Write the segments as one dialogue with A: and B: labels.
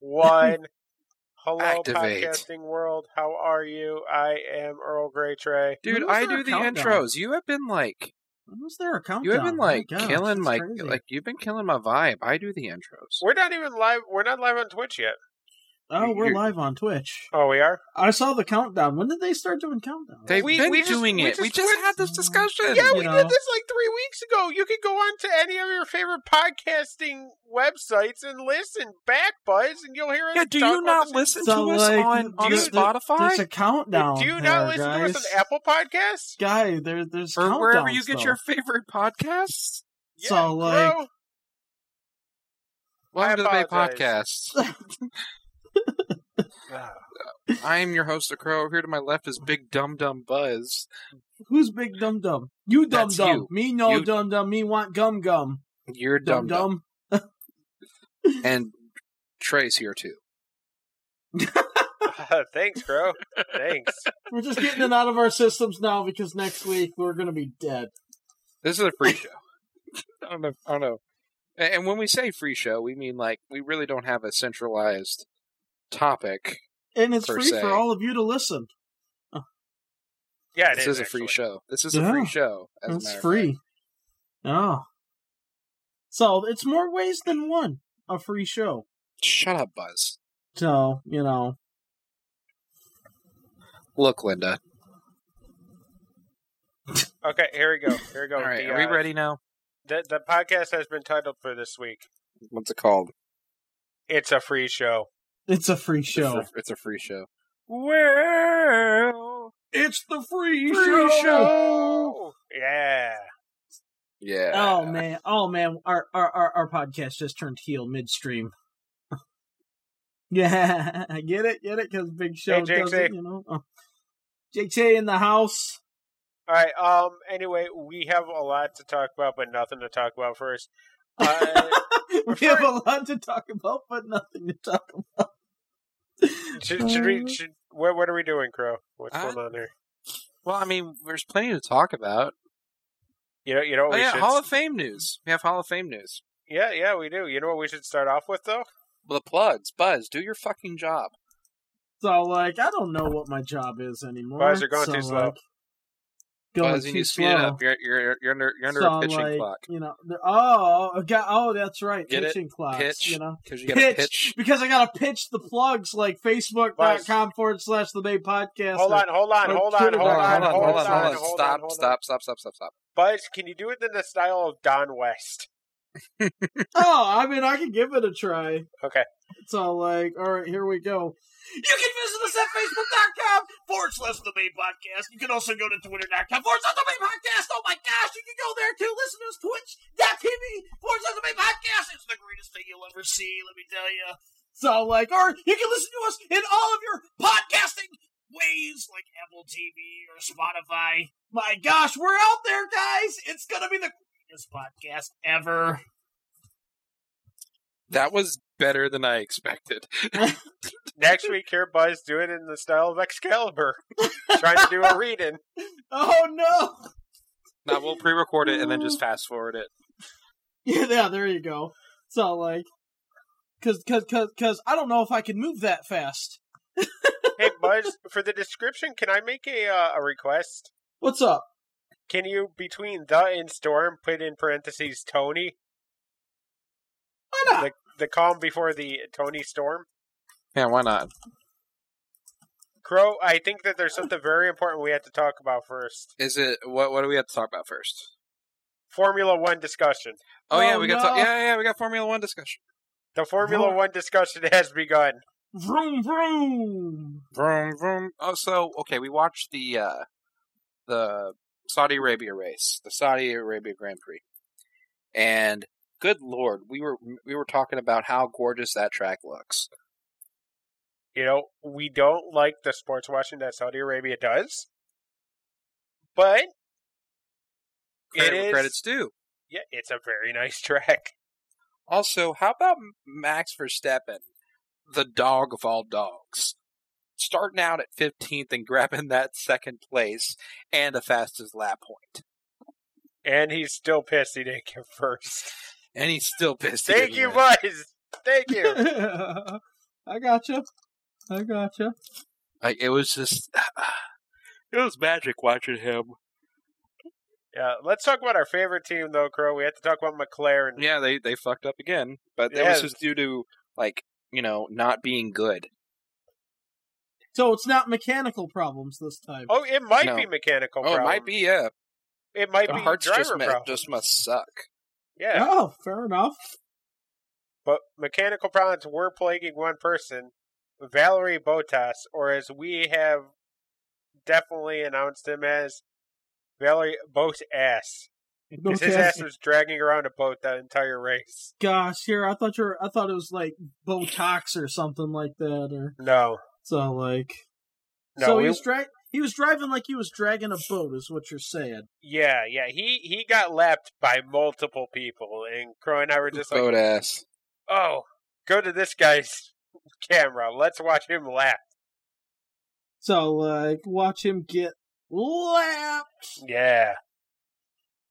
A: one. Hello,
B: Activate.
A: podcasting world. How are you? I am Earl Grey Trey.
B: Dude,
C: When was
B: I
C: there
B: do
C: a
B: the
C: countdown?
B: intros. You have been like
C: When was there a countdown?
B: you have been
C: Oh my
B: like
C: gosh,
B: killing
C: that's
B: my
C: crazy.
B: like you've been killing my vibe. I do the intros.
A: We're not even live. We're not live on Twitch yet.
C: oh, we're
B: you're-
C: live on Twitch.
A: Oh, we are.
C: I saw the countdown. When did they start doing countdowns?
B: They've
A: We-
B: been
A: we just-
B: doing
A: we
B: it. we
A: just
B: just
A: went-
B: had this discussion.
A: Yeah,
C: you
A: we
C: know.
A: did this like three weeks ago. You can go on to any of your favorite podcasting websites and listen back, buds, and you'll hear us.
B: Yeah, do
A: talk
B: you
A: about
B: not
A: this-
B: listen
C: So,
B: to us
C: like,
B: on, on
A: dude,
C: There's a
B: Spotify
C: countdown.
A: Do you not
C: there,
A: listen
C: guys.
A: to us on Apple Podcasts?
C: Guy, there, there's
B: or wherever you
C: countdowns,
B: get
C: though.
B: your favorite podcasts?
A: Yeah,
C: So, like-
A: bro.
B: Welcome to the Bay
A: apologize.
B: Podcast. I am your host, The Crow. Here to my left is Big Dum Dum Buzz.
C: Who's big dum dum? You dum
B: That's
C: dum.
B: you.
C: Me no
B: You-
C: dum dum. Me want gum gum.
B: You're
C: Dum
B: Dum Dum,
C: dum.
B: and Trey's here too.
A: Thanks, bro. Thanks.
C: We're just getting it out of our systems now because next week we're gonna be dead.
B: This is a free show. I don't know. I don't know. A- And when we say free show, we mean like we really don't have a centralized topic.
C: And it's
B: Per
C: free
B: se.
C: for all of you to listen.
A: Yeah, it
B: This
A: is
B: is a free
A: actually.
B: show. This is
C: Yeah.
B: a free show. as a
C: It's
B: matter of
C: free.
B: fact.
C: Oh. So it's more ways than one a free show.
B: Shut up, Buzz.
C: So, you know,
B: Look, Linda.
A: Okay, here we go. Here we go.
B: All right,
A: The,
B: are we
A: uh,
B: ready now?
A: The, the podcast has been titled for this week.
B: What's it called?
A: It's a free show.
C: it's a free
B: It's a
C: show.
B: fr- It's a free show.
A: Well,
C: It's the free,
A: Yeah.
B: Yeah.
C: Oh man, oh man, our our our, our podcast just turned heel midstream. yeah, I get it, get it, because Big Show
A: Jake
C: does
A: Say.
C: it, you know. Oh. Jake Say in the house.
A: All right. Um. Anyway, we have a lot to talk about, but nothing to talk about first. Uh,
C: we have a lot to talk about, but nothing to talk about.
A: should, should
B: Um,
A: we? Should what? What are we doing, Crow? What's
B: Uh,
A: going on there?
B: Well, I mean, there's plenty to talk about.
A: You know. You know. What
B: Oh
A: we
B: yeah,
A: should,
B: Hall of Fame news. We have Hall of Fame news.
A: yeah. Yeah. We do. You know what we should start off with though?
B: Well, the plugs, Buzz. Do your fucking job.
C: So, like, I don't know what my job is anymore.
A: Guys are going
C: so,
A: too slow.
C: like, Going
B: Buzz, you
C: too
B: need to speed
C: slow.
B: it up. You're you're you're under you're under
C: so,
B: a pitching
C: like,
B: clock
C: You know, the- oh, I got, oh, that's right,
B: Get it?
C: pitching clocks.
B: Pitch.
C: You know,
B: because you got to
C: pitch.
B: pitch.
C: because I gotta pitch the plugs like Facebook.com forward slash the Bay Podcast.
A: Hold on. Hold on.
C: or
A: Hold on. Hold
C: Twitter.
B: Hold on,
A: on.
B: Oh, hold on, hold on, hold on.
A: hold
B: Stop,
A: hold on.
B: stop, stop, stop, stop, stop.
A: Buzz, can you do it in the style of Don West?
C: Oh, I mean, I can give it a try.
A: Okay.
C: So, like, all right, here we go. You can visit us at facebook.com forward slash the Bay Podcast. You can also go to twitter.com forward slash the Bay Podcast. Oh my gosh, you can go there too. Listen to us, twitch.tv forward slash the Bay Podcast. It's the greatest thing you'll ever see, let me tell you. So, like, or you can listen to us in all of your podcasting ways like Apple TV or Spotify. My gosh, we're out there, guys. It's going to be the greatest podcast ever.
B: That was better than I expected.
A: Next week, here, Buzz, do it in the style of Excalibur. Trying to do a reading.
C: Oh no!
B: Now we'll pre-record it and then just fast forward it.
C: Yeah, yeah, there you go. So like, cause, cause, cause, 'cause I don't know if I can move that fast.
A: Hey, Buzz, for the description, can I make a uh, a request?
C: What's up?
A: Can you, between the and storm, put in parentheses Tony?
C: Why not?
A: The, the calm before the Tony storm?
B: Yeah, why not?
A: Crow, I think that there's something very important we have to talk about first.
B: Is it what? What do we have to talk about first?
A: Formula One discussion.
B: Oh, yeah,
C: Oh,
B: we got
C: no.
B: to- yeah yeah we got Formula One discussion.
A: The Formula
C: Oh.
A: One discussion has begun.
C: Vroom vroom.
B: Vroom vroom. Oh, so okay, we watched the uh the Saudi Arabia race, the Saudi Arabia Grand Prix, and good lord, we were we were talking about how gorgeous that track looks.
A: You know, we don't like the sports watching that Saudi Arabia does, but
B: Credit
A: It
B: where
A: is-
B: credits due.
A: yeah, it's a very nice track.
B: Also, how about Max Verstappen, the dog of all dogs, starting out at 15th and grabbing that second place and the fastest lap point?
A: And he's still pissed he didn't get first.
B: And he's still pissed. he
A: Thank
B: didn't
A: you,
B: win.
A: Buzz. Thank you.
C: yeah, I gotcha. I gotcha.
B: Like it was just it was magic watching him.
A: Yeah, let's talk about our favorite team though, Crow. We have to talk about McLaren.
B: Yeah, they they fucked up again, but that
A: Yeah.
B: was just due to like you know not being good.
C: So it's not mechanical problems this time.
A: Oh, it might
B: No.
A: be mechanical.
B: Oh, it
A: problem.
B: might be yeah.
A: It might
B: Their
A: be
B: hearts
A: driver
B: just
A: problem.
B: must, just must suck.
A: yeah,
C: Oh, fair enough.
A: but mechanical problems were plaguing one person, Valerie Botas, or as we have definitely announced him as Valerie Botas. Because his ass was dragging around a boat that entire race.
C: Gosh, here I thought you were, I thought it was like Botox or something like that, or
A: No,
C: so like.
A: no,
C: so
A: we-
C: he was dra- he was driving like he was dragging a boat, is what you're saying.
A: yeah, yeah. He he got lapped by multiple people, and Crow and I were just like,
B: Boat ass.
A: oh, go to this guy's camera. Let's watch him laugh.
C: So like, watch him get lapped.
A: Yeah.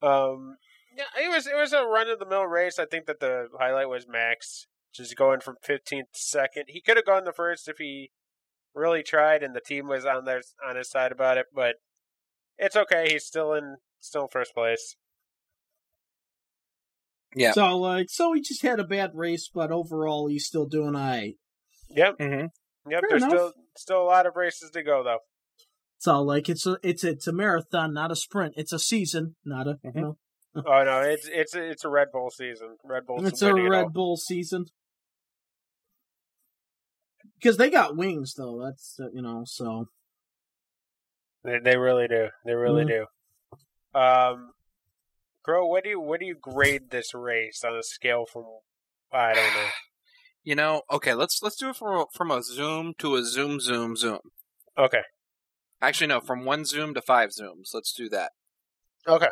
A: Um. Yeah, it was it was a run of the mill race. I think that the highlight was Max just going from 15th to second. He could have gone the first if he really tried, and the team was on their on his side about it. But it's okay. He's still in still in first place.
B: Yeah.
C: So like, so he just had a bad race, but overall he's still doing alright.
A: Yep.
B: Mm-hmm.
A: Yep.
C: Fair
A: there's
C: enough.
A: still still a lot of races to go though.
C: So like, it's a it's it's a marathon, not a sprint. It's a season, not a
B: Mhm.
C: you know.
A: Oh no, it's it's it's a Red Bull season. Red Bull's
C: It's a
A: winning it all.
C: Red Bull season. Because they got wings, though. That's uh, you know, so
A: They, they really do. They really do. Um, Crow, what do you what do you grade this race on a scale from? I don't know.
B: You know, okay, let's let's do it from a, from a zoom to a zoom zoom zoom.
A: Okay,
B: Actually, no, from one zoom to five zooms. Let's do that.
A: okay.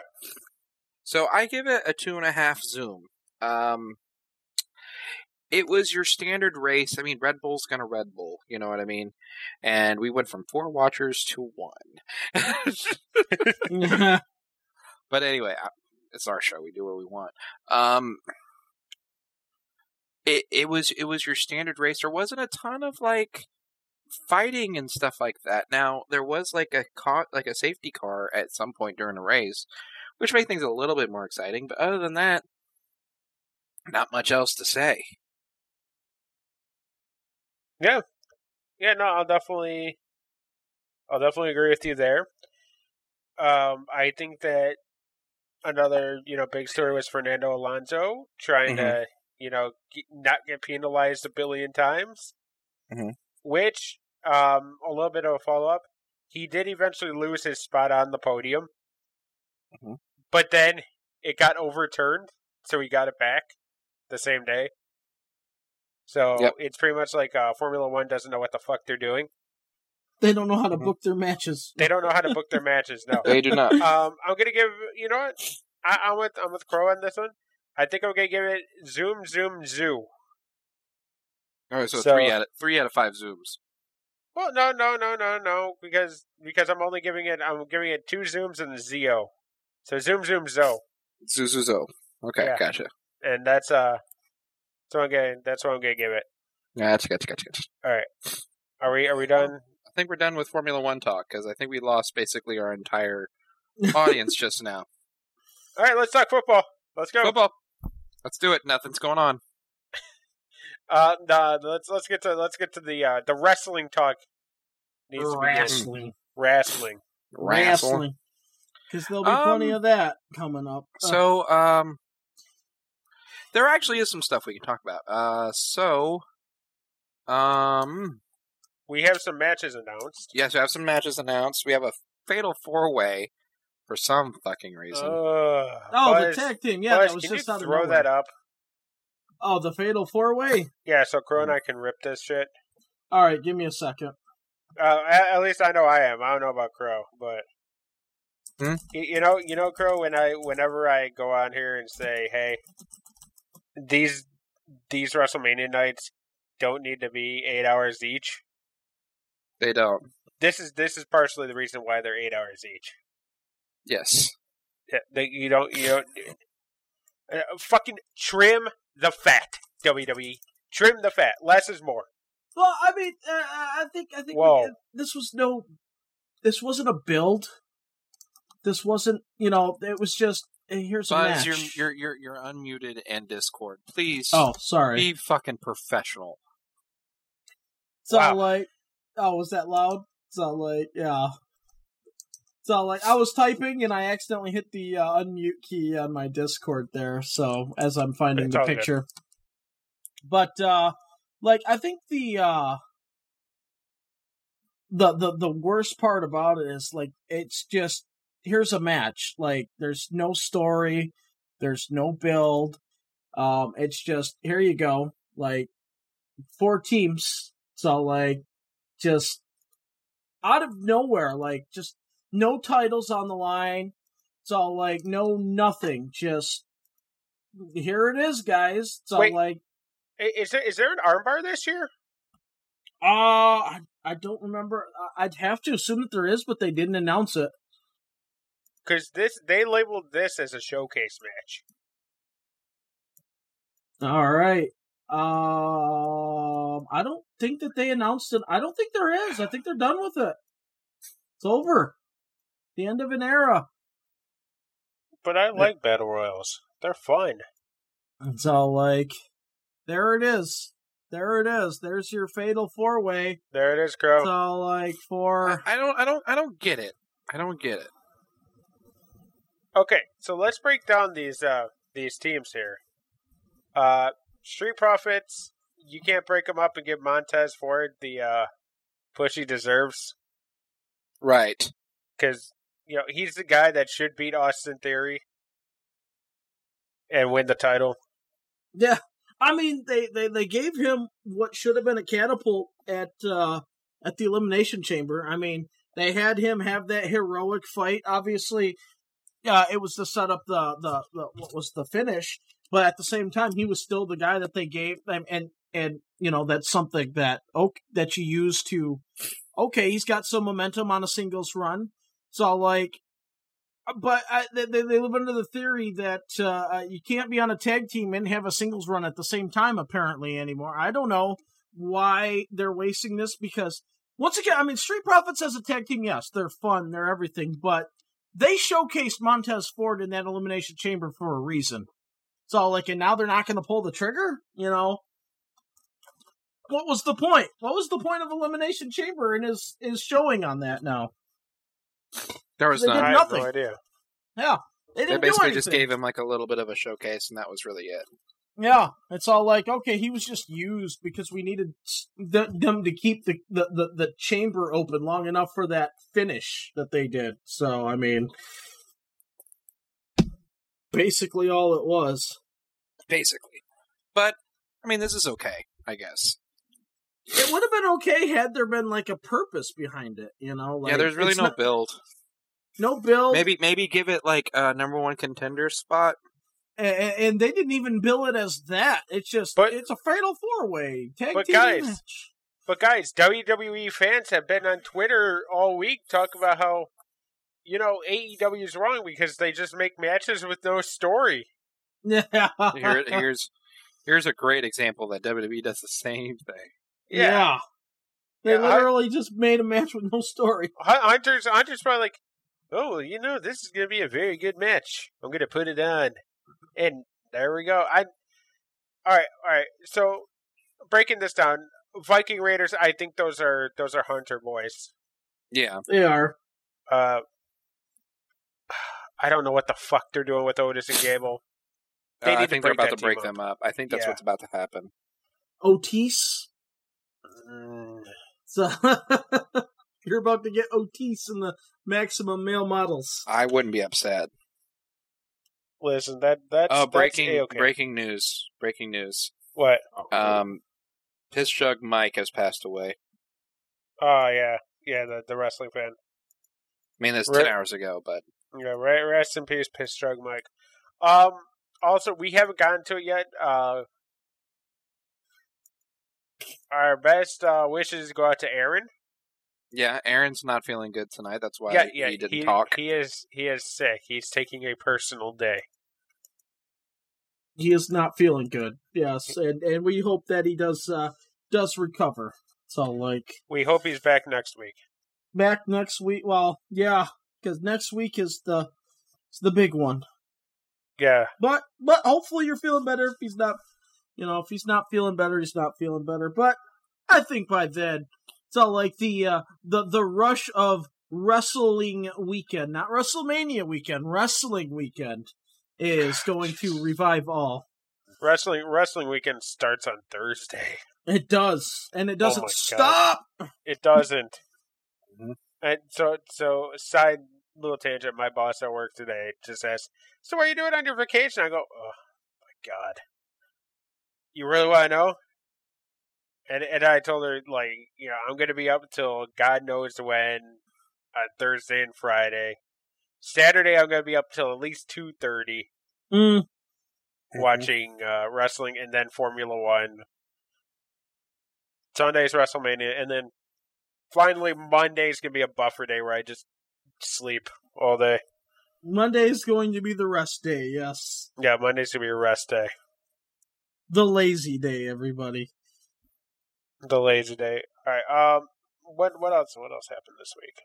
B: So I give it a two and a half zoom. Um, it was your standard race. I mean, Red Bull's gonna Red Bull. You know what I mean? And we went from four watchers to one. but anyway, I- it's our show. We do what we want. Um, it it was it was your standard race. There wasn't a ton of like fighting and stuff like that. Now there was like a car, like a safety car at some point during the race, which made things a little bit more exciting. But other than that, not much else to say.
A: Yeah, no, I'll definitely, I'll definitely agree with you there. Um, I think that another you know big story was Fernando Alonso trying to you know g- not get penalized a billion times,
B: Mhm.
A: which um a little bit of a follow up. He did eventually lose his spot on the podium,
B: Mhm.
A: but then it got overturned, so he got it back the same day. So
B: Yep.
A: it's pretty much like uh, Formula One doesn't know what the fuck they're doing.
C: they don't know how to book their matches.
A: They don't know how to book their matches. No,
B: They do not.
A: um, I'm gonna give you know what I, I'm with I'm with Crow on this one. I think I'm gonna give it zoom zoom zoo.
B: All right, Oh, so,
A: So-
B: three out of three out of five zooms.
A: Well, no, no, no, no, no, because because I'm only giving it I'm giving it two zooms and a zo. So zoom zoom zo,
B: Zoo zoo zoo. Okay,
A: Yeah.
B: gotcha.
A: and that's uh, that's what I'm gonna that's what I'm gonna give it.
B: Gotcha, gotcha, gotcha, gotcha.
A: Are we are we done?
B: I think we're done with Formula One talk because I think we lost basically our entire audience just now.
A: All right, let's talk football. Let's go.
B: Football. Let's do it. Nothing's going on.
A: Uh, nah, let's let's get to let's get to the uh the wrestling talk. Needs to begin.
C: wrestling,
A: wrestling.
C: wrestling, because there'll be plenty
B: Um,
C: of that coming up. Uh,
B: So, um, there actually is some stuff we can talk about. Uh, so, um,
A: We have some matches announced.
B: yes, we have some matches announced. We have a fatal four way for some fucking reason.
A: Ugh,
C: oh,
A: Buzz.
C: the tag team, yeah,
A: Buzz,
C: that was
A: can
C: just
A: you
C: out of
A: throw
C: nowhere.
A: that up?
C: Oh, the fatal four way.
A: Yeah, so Crow and I can rip this shit.
C: All right, give me a second.
A: Uh, at, at least I know I am. I don't know about Crow, but
B: Hmm?
A: Y- you know, you know, Crow. When I, whenever I go on here and say, "Hey, these these WrestleMania nights don't need to be eight hours each,"
B: They don't.
A: this is this is partially the reason why they're eight hours each.
B: Yes.
A: Yeah, they, you don't, you don't. Uh, E. fucking trim the fat, WWE. Trim the fat. Less is more.
C: Well, I mean, uh, I think I think we-
A: Whoa.
C: this was no, this wasn't a build. This wasn't, you know, it was just eh, here's a match.
B: Buzz, you're, you're you're you're unmuted and Discord. Please
C: oh, sorry.
B: be fucking professional.
C: It's all
A: Wow.
C: like, oh, was that loud? It's all like, yeah. It's all like I was typing and I accidentally hit the uh, unmute key on my Discord there. So as I'm finding
A: It's
C: the
A: all good.
C: picture, but uh like I think the uh the the the worst part about it is like it's just here's a match. Like there's no story, there's no build. Um, it's just here you go. Like four teams. So like just out of nowhere, like just no titles on the line. It's all like no nothing. Just here it is, guys. It's all
A: Wait.
C: like
A: I- Is there is there an armbar this year?
C: uh I, I don't remember. I- I'd have to assume that there is, but they didn't announce it.
A: Because this they labeled this as a showcase match.
C: All right. Um, I don't think that they announced it. I don't think there is. I think they're done with it. It's over. The end of an era.
A: But I like battle royals; they're fun.
C: It's all like, there it is. There it is. There's your fatal four way.
A: There it is,
C: It's
A: Crow.
C: all like for
B: I don't I don't I don't get it. I don't get it.
A: Okay, so let's break down these uh these teams here. Uh, Street Profits, you can't break them up and give Montez Ford the uh push he deserves
B: Right.
A: because you know he's the guy that should beat Austin Theory and win the title.
C: yeah. I mean, they, they they gave him what should have been a catapult at uh at the elimination chamber. I mean, they had him have that heroic fight. Obviously, uh, it was to set up the, the the what was the finish, but at the same time, he was still the guy that they gave them, and and you know that's something that okay, that you use to okay, he's got some momentum on a singles run, so like. But I, they, they they live under the theory that uh, you can't be on a tag team and have a singles run at the same time, apparently, anymore. I don't know why they're wasting this because once again, I mean, Street Profits as a tag team, yes, they're fun, they're everything, but they showcased Montez Ford in that Elimination Chamber for a reason. So, like, and now they're not going to pull the trigger, you know? What was the point? What was the point of Elimination Chamber and his, his showing on that now?
B: There was
C: They
B: none.
C: did
A: I have
C: nothing.
A: no idea.
C: They
B: They
C: didn't
B: basically
C: do
B: just
C: anything.
B: gave him like a little bit of a showcase, and that was really it.
C: Yeah, it's all like okay, he was just used because we needed s- th- them to keep the, the the the chamber open long enough for that finish that they did. So I mean, basically all it was.
B: basically. But I mean, this is okay, I guess.
C: It would have been okay had there been like a purpose behind it, you know. Like,
B: yeah, there's really
C: it's
B: no
C: not-
B: build.
C: no bill.
B: Maybe maybe give it like a number one contender spot.
C: a- a- and they didn't even bill it as that. It's just
A: But-
C: it's a fatal four way tag
A: But
C: team
A: guys,
C: match.
A: But guys, WWE fans have been on Twitter all week talking about how you know AEW is wrong because they just make matches with no story.
C: Yeah,
B: Here, here's here's a great example that WWE does the same thing.
C: Yeah. They
A: Yeah, I-
C: literally just made a match with no story.
A: Hun- Hunter's Hunter's probably like, oh, you know, this is gonna be a very good match. I'm gonna put it on, and there we go. I, all right, all right. So breaking this down, Viking Raiders. I think those are those are Hunter boys.
B: Yeah,
C: They are.
A: Uh, I don't know what the fuck they're doing with Otis and Gable. They need
B: Uh, I
A: to
B: think they're
A: break
B: about
A: that
B: to break
A: team
B: them up. I think that's
A: Yeah.
B: what's about to happen.
C: Otis.
A: Mm,
C: So you're about to get Otis in the maximum male models.
B: I wouldn't be upset.
A: Listen, that that's
B: Oh,
A: that's
B: breaking
A: a-okay.
B: breaking news! Breaking news!
A: What?
C: Uh-huh.
B: Um, Piss Jug Mike has passed away.
A: Oh yeah, yeah. The the wrestling fan.
B: I mean, that's
A: Right.
B: ten hours ago, but
A: Yeah, right. Rest in peace, Piss Drug Mike. Um, also, we haven't gotten to it yet. Uh, our best uh, wishes go out to Aaron.
B: yeah, Aaron's not feeling good tonight. That's why
A: yeah, yeah.
B: he didn't
A: he,
B: talk.
A: He is he is sick. He's taking a personal day.
C: He is not feeling good. Yes, and and we hope that he does uh, does recover. So like
A: We hope he's back next week.
C: back next week. Well, yeah, because next week is the it's the big one.
A: Yeah.
C: But but hopefully you're feeling better. If he's not, you know, if he's not feeling better, he's not feeling better. But I think by then, so like the uh, the the rush of wrestling weekend, not WrestleMania weekend, wrestling weekend is going to revive all.
A: Wrestling wrestling weekend starts on Thursday.
C: It does, and it
A: Oh my
C: doesn't
A: God.
C: stop.
A: It doesn't.
B: Mhm.
A: And so, so side little tangent. My boss at work today just asked, "So, what are you doing on your vacation?" I go, "Oh my god, you really want to know?" And and I told her like, you know, I'm going to be up until God knows when on Thursday and Friday. Saturday, I'm going to be up till at least two thirty
C: Mm,
A: watching uh, wrestling and then Formula One. Sunday's WrestleMania, and then finally Monday's gonna be a buffer day where I just sleep all day.
C: Monday is going to be the rest day. Yes,
A: Yeah, Monday's gonna be a rest day,
C: the lazy day, everybody.
A: the lazy day. All right. Um, what what else? What else happened this week?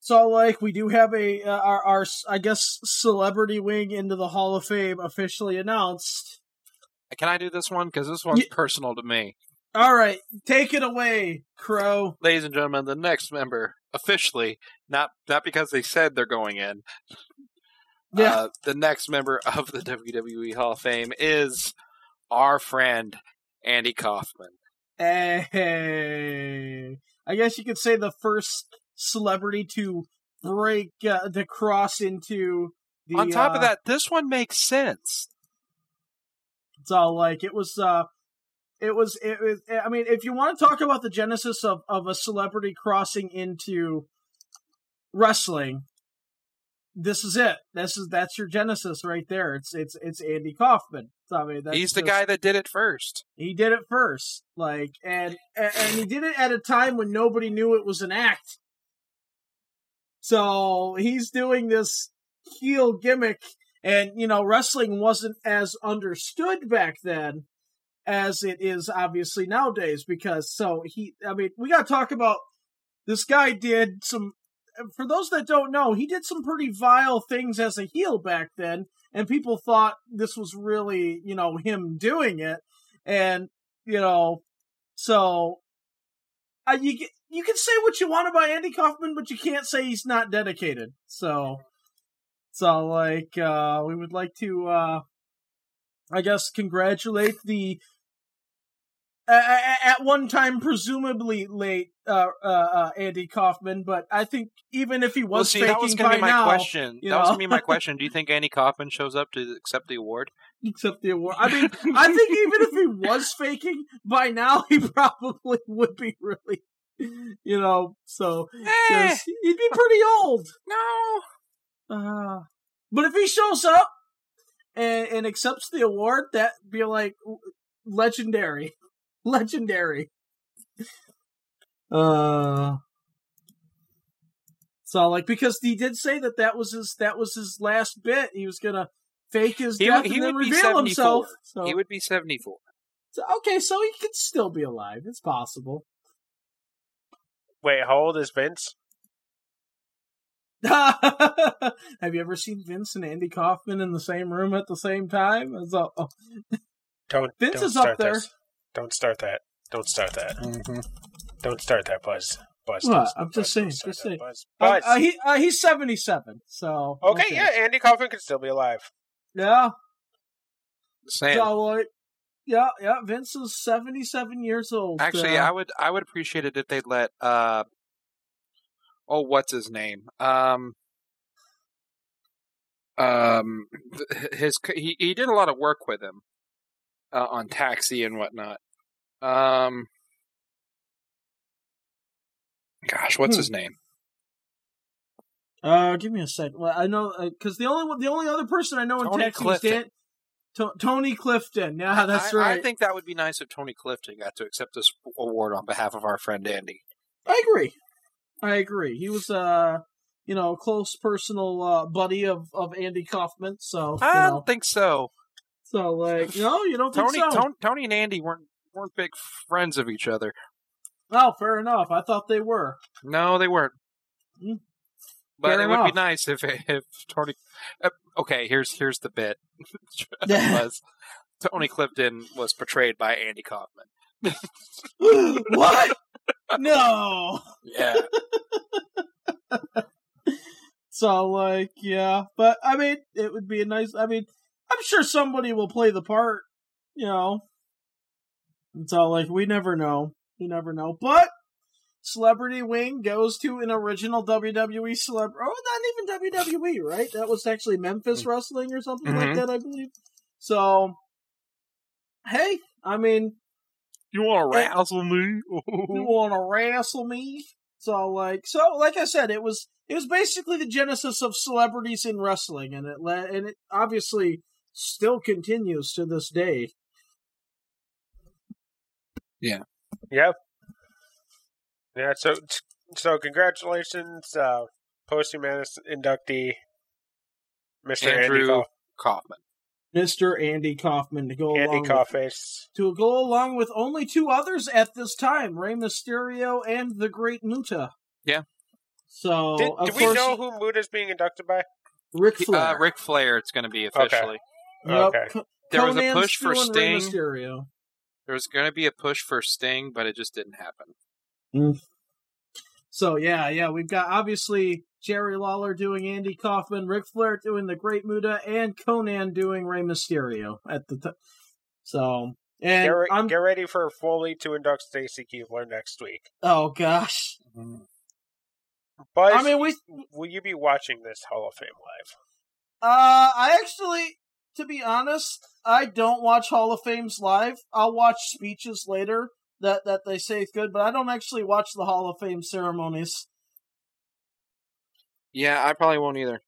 C: So, like, we do have a uh, our our I guess celebrity wing into the Hall of Fame officially announced.
B: Can I do this one? Because this one's
C: Ye-
B: personal to me.
C: All right, take it away, Crow.
B: ladies and gentlemen, the next member officially, not not because they said they're going in.
C: Yeah,
B: Uh, the next member of the WWE Hall of Fame is our friend Andy Kaufman.
C: Uh, hey, I guess you could say the first celebrity to break uh, the cross into the.
B: On top
C: uh,
B: of that, this one makes sense.
C: So like it was uh it was it, was I mean if you want to talk about the genesis of of a celebrity crossing into wrestling this is it. This is that's your genesis right there. It's it's it's Andy Kaufman. So, I mean that's
B: He's the
C: just-
B: guy that did it first.
C: he did it first. Like and and and he did it at a time when nobody knew it was an act. So he's doing this heel gimmick and you know wrestling wasn't as understood back then as it is obviously nowadays because so he I mean we got to talk about this guy did some for those that don't know he did some pretty vile things as a heel back then and people thought this was really you know him doing it and you know, so uh, you ca- you can say what you want about Andy Kaufman, but you can't say he's not dedicated. So, so like uh, we would like to, uh, I guess, congratulate the a- a- a- at one time presumably late uh, uh, uh, Andy Kaufman, but I think even if he was
B: well, see,
C: faking
B: that was
C: by
B: gonna be my
C: now,
B: question.
C: you
B: That was
C: know.
B: gonna be my question. Do you think Andy Kaufman shows up to accept the award?
C: accept the award. I mean, I think even if he was faking by now, he probably would be really, you know. So 'cause he'd be pretty old.
B: Eh. no.
C: Uh, but if he shows up and, and accepts the award, that would be like legendary, legendary. Uh. So like because he did say that that was his that was his last bit he was gonna fake his
B: He,
C: death
B: w- he
C: and then
B: would be
C: reveal himself.
B: seventy-four.
C: So.
B: He would be seventy-four.
C: So, okay, so he could still be alive. It's possible.
A: Wait, how old is Vince?
C: Have you ever seen Vince and Andy Kaufman in the same room at the same time? It's a- oh,
A: Don't
C: Vince
A: don't
C: is up
A: start
C: there.
A: This. Don't start that. Don't start that. Don't start that, Buzz. Buzz.
C: What?
A: don't-
C: I'm
A: Buzz,
C: just
A: don't
C: saying,
A: start
C: just
A: that,
C: saying.
A: Buzz.
C: uh,
A: Buzz.
C: uh, he uh, he's seventy seven. So
A: okay, yeah, Andy Kaufman could still be alive.
C: yeah,
B: Saying,
C: so like, yeah, yeah. Vince is seventy seven years old.
B: Actually,
C: uh,
B: I would I would appreciate it if they'd let uh oh what's his name um um th- his c- he he did a lot of work with him uh, on Taxi and whatnot. Um, gosh,
C: Hmm.
B: what's his name?
C: uh, give me a second. Well, I know because the only one, the only other person I know in
B: Tony
C: Texas
B: Clifton.
C: Dan- To- Tony Clifton. Yeah, Ah, that's
B: I,
C: right.
B: I think that would be nice if Tony Clifton got to accept this award on behalf of our friend Andy.
C: I agree. I agree. He was uh you know, a close personal uh, buddy of, of Andy Kaufman, so you
B: I
C: know,
B: don't think so.
C: so like no, you don't
B: Tony
C: think so?
B: Tony, Tony and Andy weren't weren't big friends of each other.
C: Oh, fair enough. I thought they were.
B: No, they weren't.
C: Mm.
B: But
C: Fair
B: it would
C: enough.
B: be nice if if Tony. Uh, okay, here's here's the bit. was Tony Clifton was portrayed by Andy Kaufman.
C: what? No.
B: Yeah,
C: So like, yeah, but I mean, it would be a nice. I mean, I'm sure somebody will play the part, you know. And so like, we never know. You never know. But Celebrity Wing goes to an original WWE celeb. Oh, not even WWE, right? That was actually Memphis Wrestling or something
B: Mhm.
C: like that, I believe. So, hey, I mean,
B: you want to razzle me?
C: you
B: Mm-hmm.
C: want to wrestle me? So like so like I said, it was it was basically the genesis of celebrities in wrestling, and it le- and it obviously still continues to this day.
A: Yep. Yeah. So so congratulations, uh, posthumous inductee, Mr. Andy,
B: Andrew
A: Coff-
B: Kaufman.
C: Mister Andy Kaufman to go
A: Andy
C: along with,
A: Cawface.
C: to go along with only two others at this time: Rey Mysterio and the Great Muta.
B: Yeah.
C: So
A: Did,
C: of
A: do we
C: course,
A: know who Mood is being inducted by?
C: Ric
B: Uh,
C: Flair.
B: Ric Flair. It's going to be officially.
C: Yep.
A: Okay.
C: Co-
B: There was a
C: Conan's
B: push for
C: doing Rey
B: Sting.
C: Mysterio.
B: There was going to be a push for Sting, but it just didn't happen.
C: So yeah, yeah, we've got obviously Jerry Lawler doing Andy Kaufman, Ric Flair doing the Great Muda, and Conan doing Rey Mysterio at the t- so. And
A: Get, re-
C: I'm
A: get ready for Foley to induct Stacy Keebler next week.
C: oh gosh,
A: But
C: I mean we
A: will you be watching this Hall of Fame live?
C: uh I actually to be honest I don't watch Hall of Fames live. I'll watch speeches later that that they say is good, but I don't actually watch the Hall of Fame ceremonies.
B: Yeah, I probably won't either.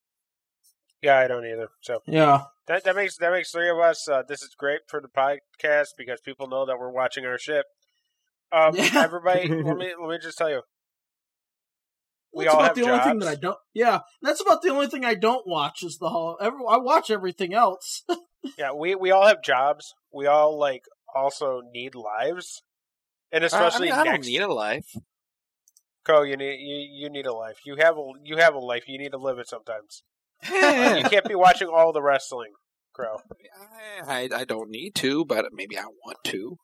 A: Yeah, I don't either. So
C: Yeah,
A: that that makes that makes three of us. Uh, this is great for the podcast because people know that we're watching our ship. Um,
C: Yeah.
A: Everybody, let me let me just tell you, We
C: that's
A: all
C: about
A: have
C: the only thing that I
A: jobs.
C: don't. Yeah, that's about the only thing I don't watch is the Hall. Every, I watch everything else.
A: yeah, we we all have jobs. We all like also need lives, and especially
B: I, mean, I don't
A: next.
B: need a life.
A: Co, you need you, you need a life. You have a you have a life. You need to live it sometimes. Uh, you
B: I,
A: can't be watching all the wrestling, Crow.
B: I I don't need to, but maybe I want to.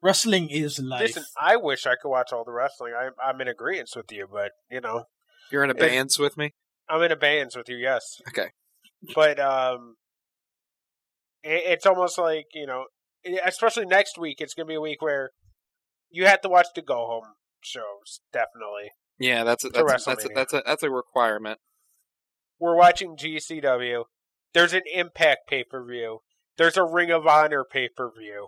C: Wrestling is life.
A: Listen, I wish I could watch all the wrestling. I, I'm in agreement with you, but you know,
B: You're in
A: If-
B: abeyance with me.
A: I'm in abeyance with you. Yes.
B: Okay.
A: But um, it, it's almost like you know, e- especially next week. It's gonna be a week where you have to watch the go home shows. Definitely,
B: Yeah, that's a,
A: To
B: that's a, that's a,
A: WrestleMania.
B: that's a that's a requirement.
A: we're watching GCW. There's an Impact pay per view. There's a Ring of Honor pay per view.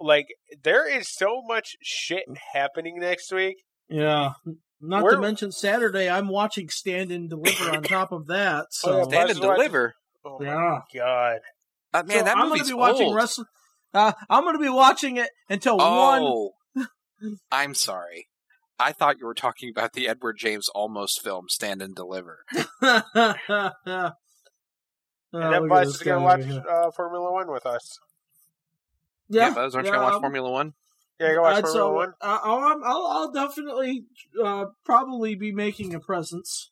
A: Like there is so much shit happening next week.
C: yeah. Not
A: We're-
C: to mention Saturday, I'm watching Stand and Deliver on top of that. So
A: Oh, yeah,
B: Stand and
A: Buzz's watching-
B: deliver.
A: Oh
C: yeah.
A: my god!
B: Uh, man,
C: So
B: that
C: I'm
B: movie's
C: going to be watching
B: old.
C: wrestling. Uh, I'm going to be watching it until one.
B: Oh, I'm sorry. I thought you were talking about the Edward James Almost film Stand and Deliver.
C: oh,
A: And then
C: look at
A: Buzz
C: this
A: is gonna
C: guy
A: watch
C: over here.
A: uh, Formula One with us.
C: Yeah,
B: Buzz, aren't you
C: yeah, um,
B: gonna watch
C: I'm-
B: Formula One?
A: Yeah, go watch
C: I'd-
A: Formula
C: so,
A: One.
C: uh, I'll, I'm- I'll, I'll definitely uh, probably be making a presence.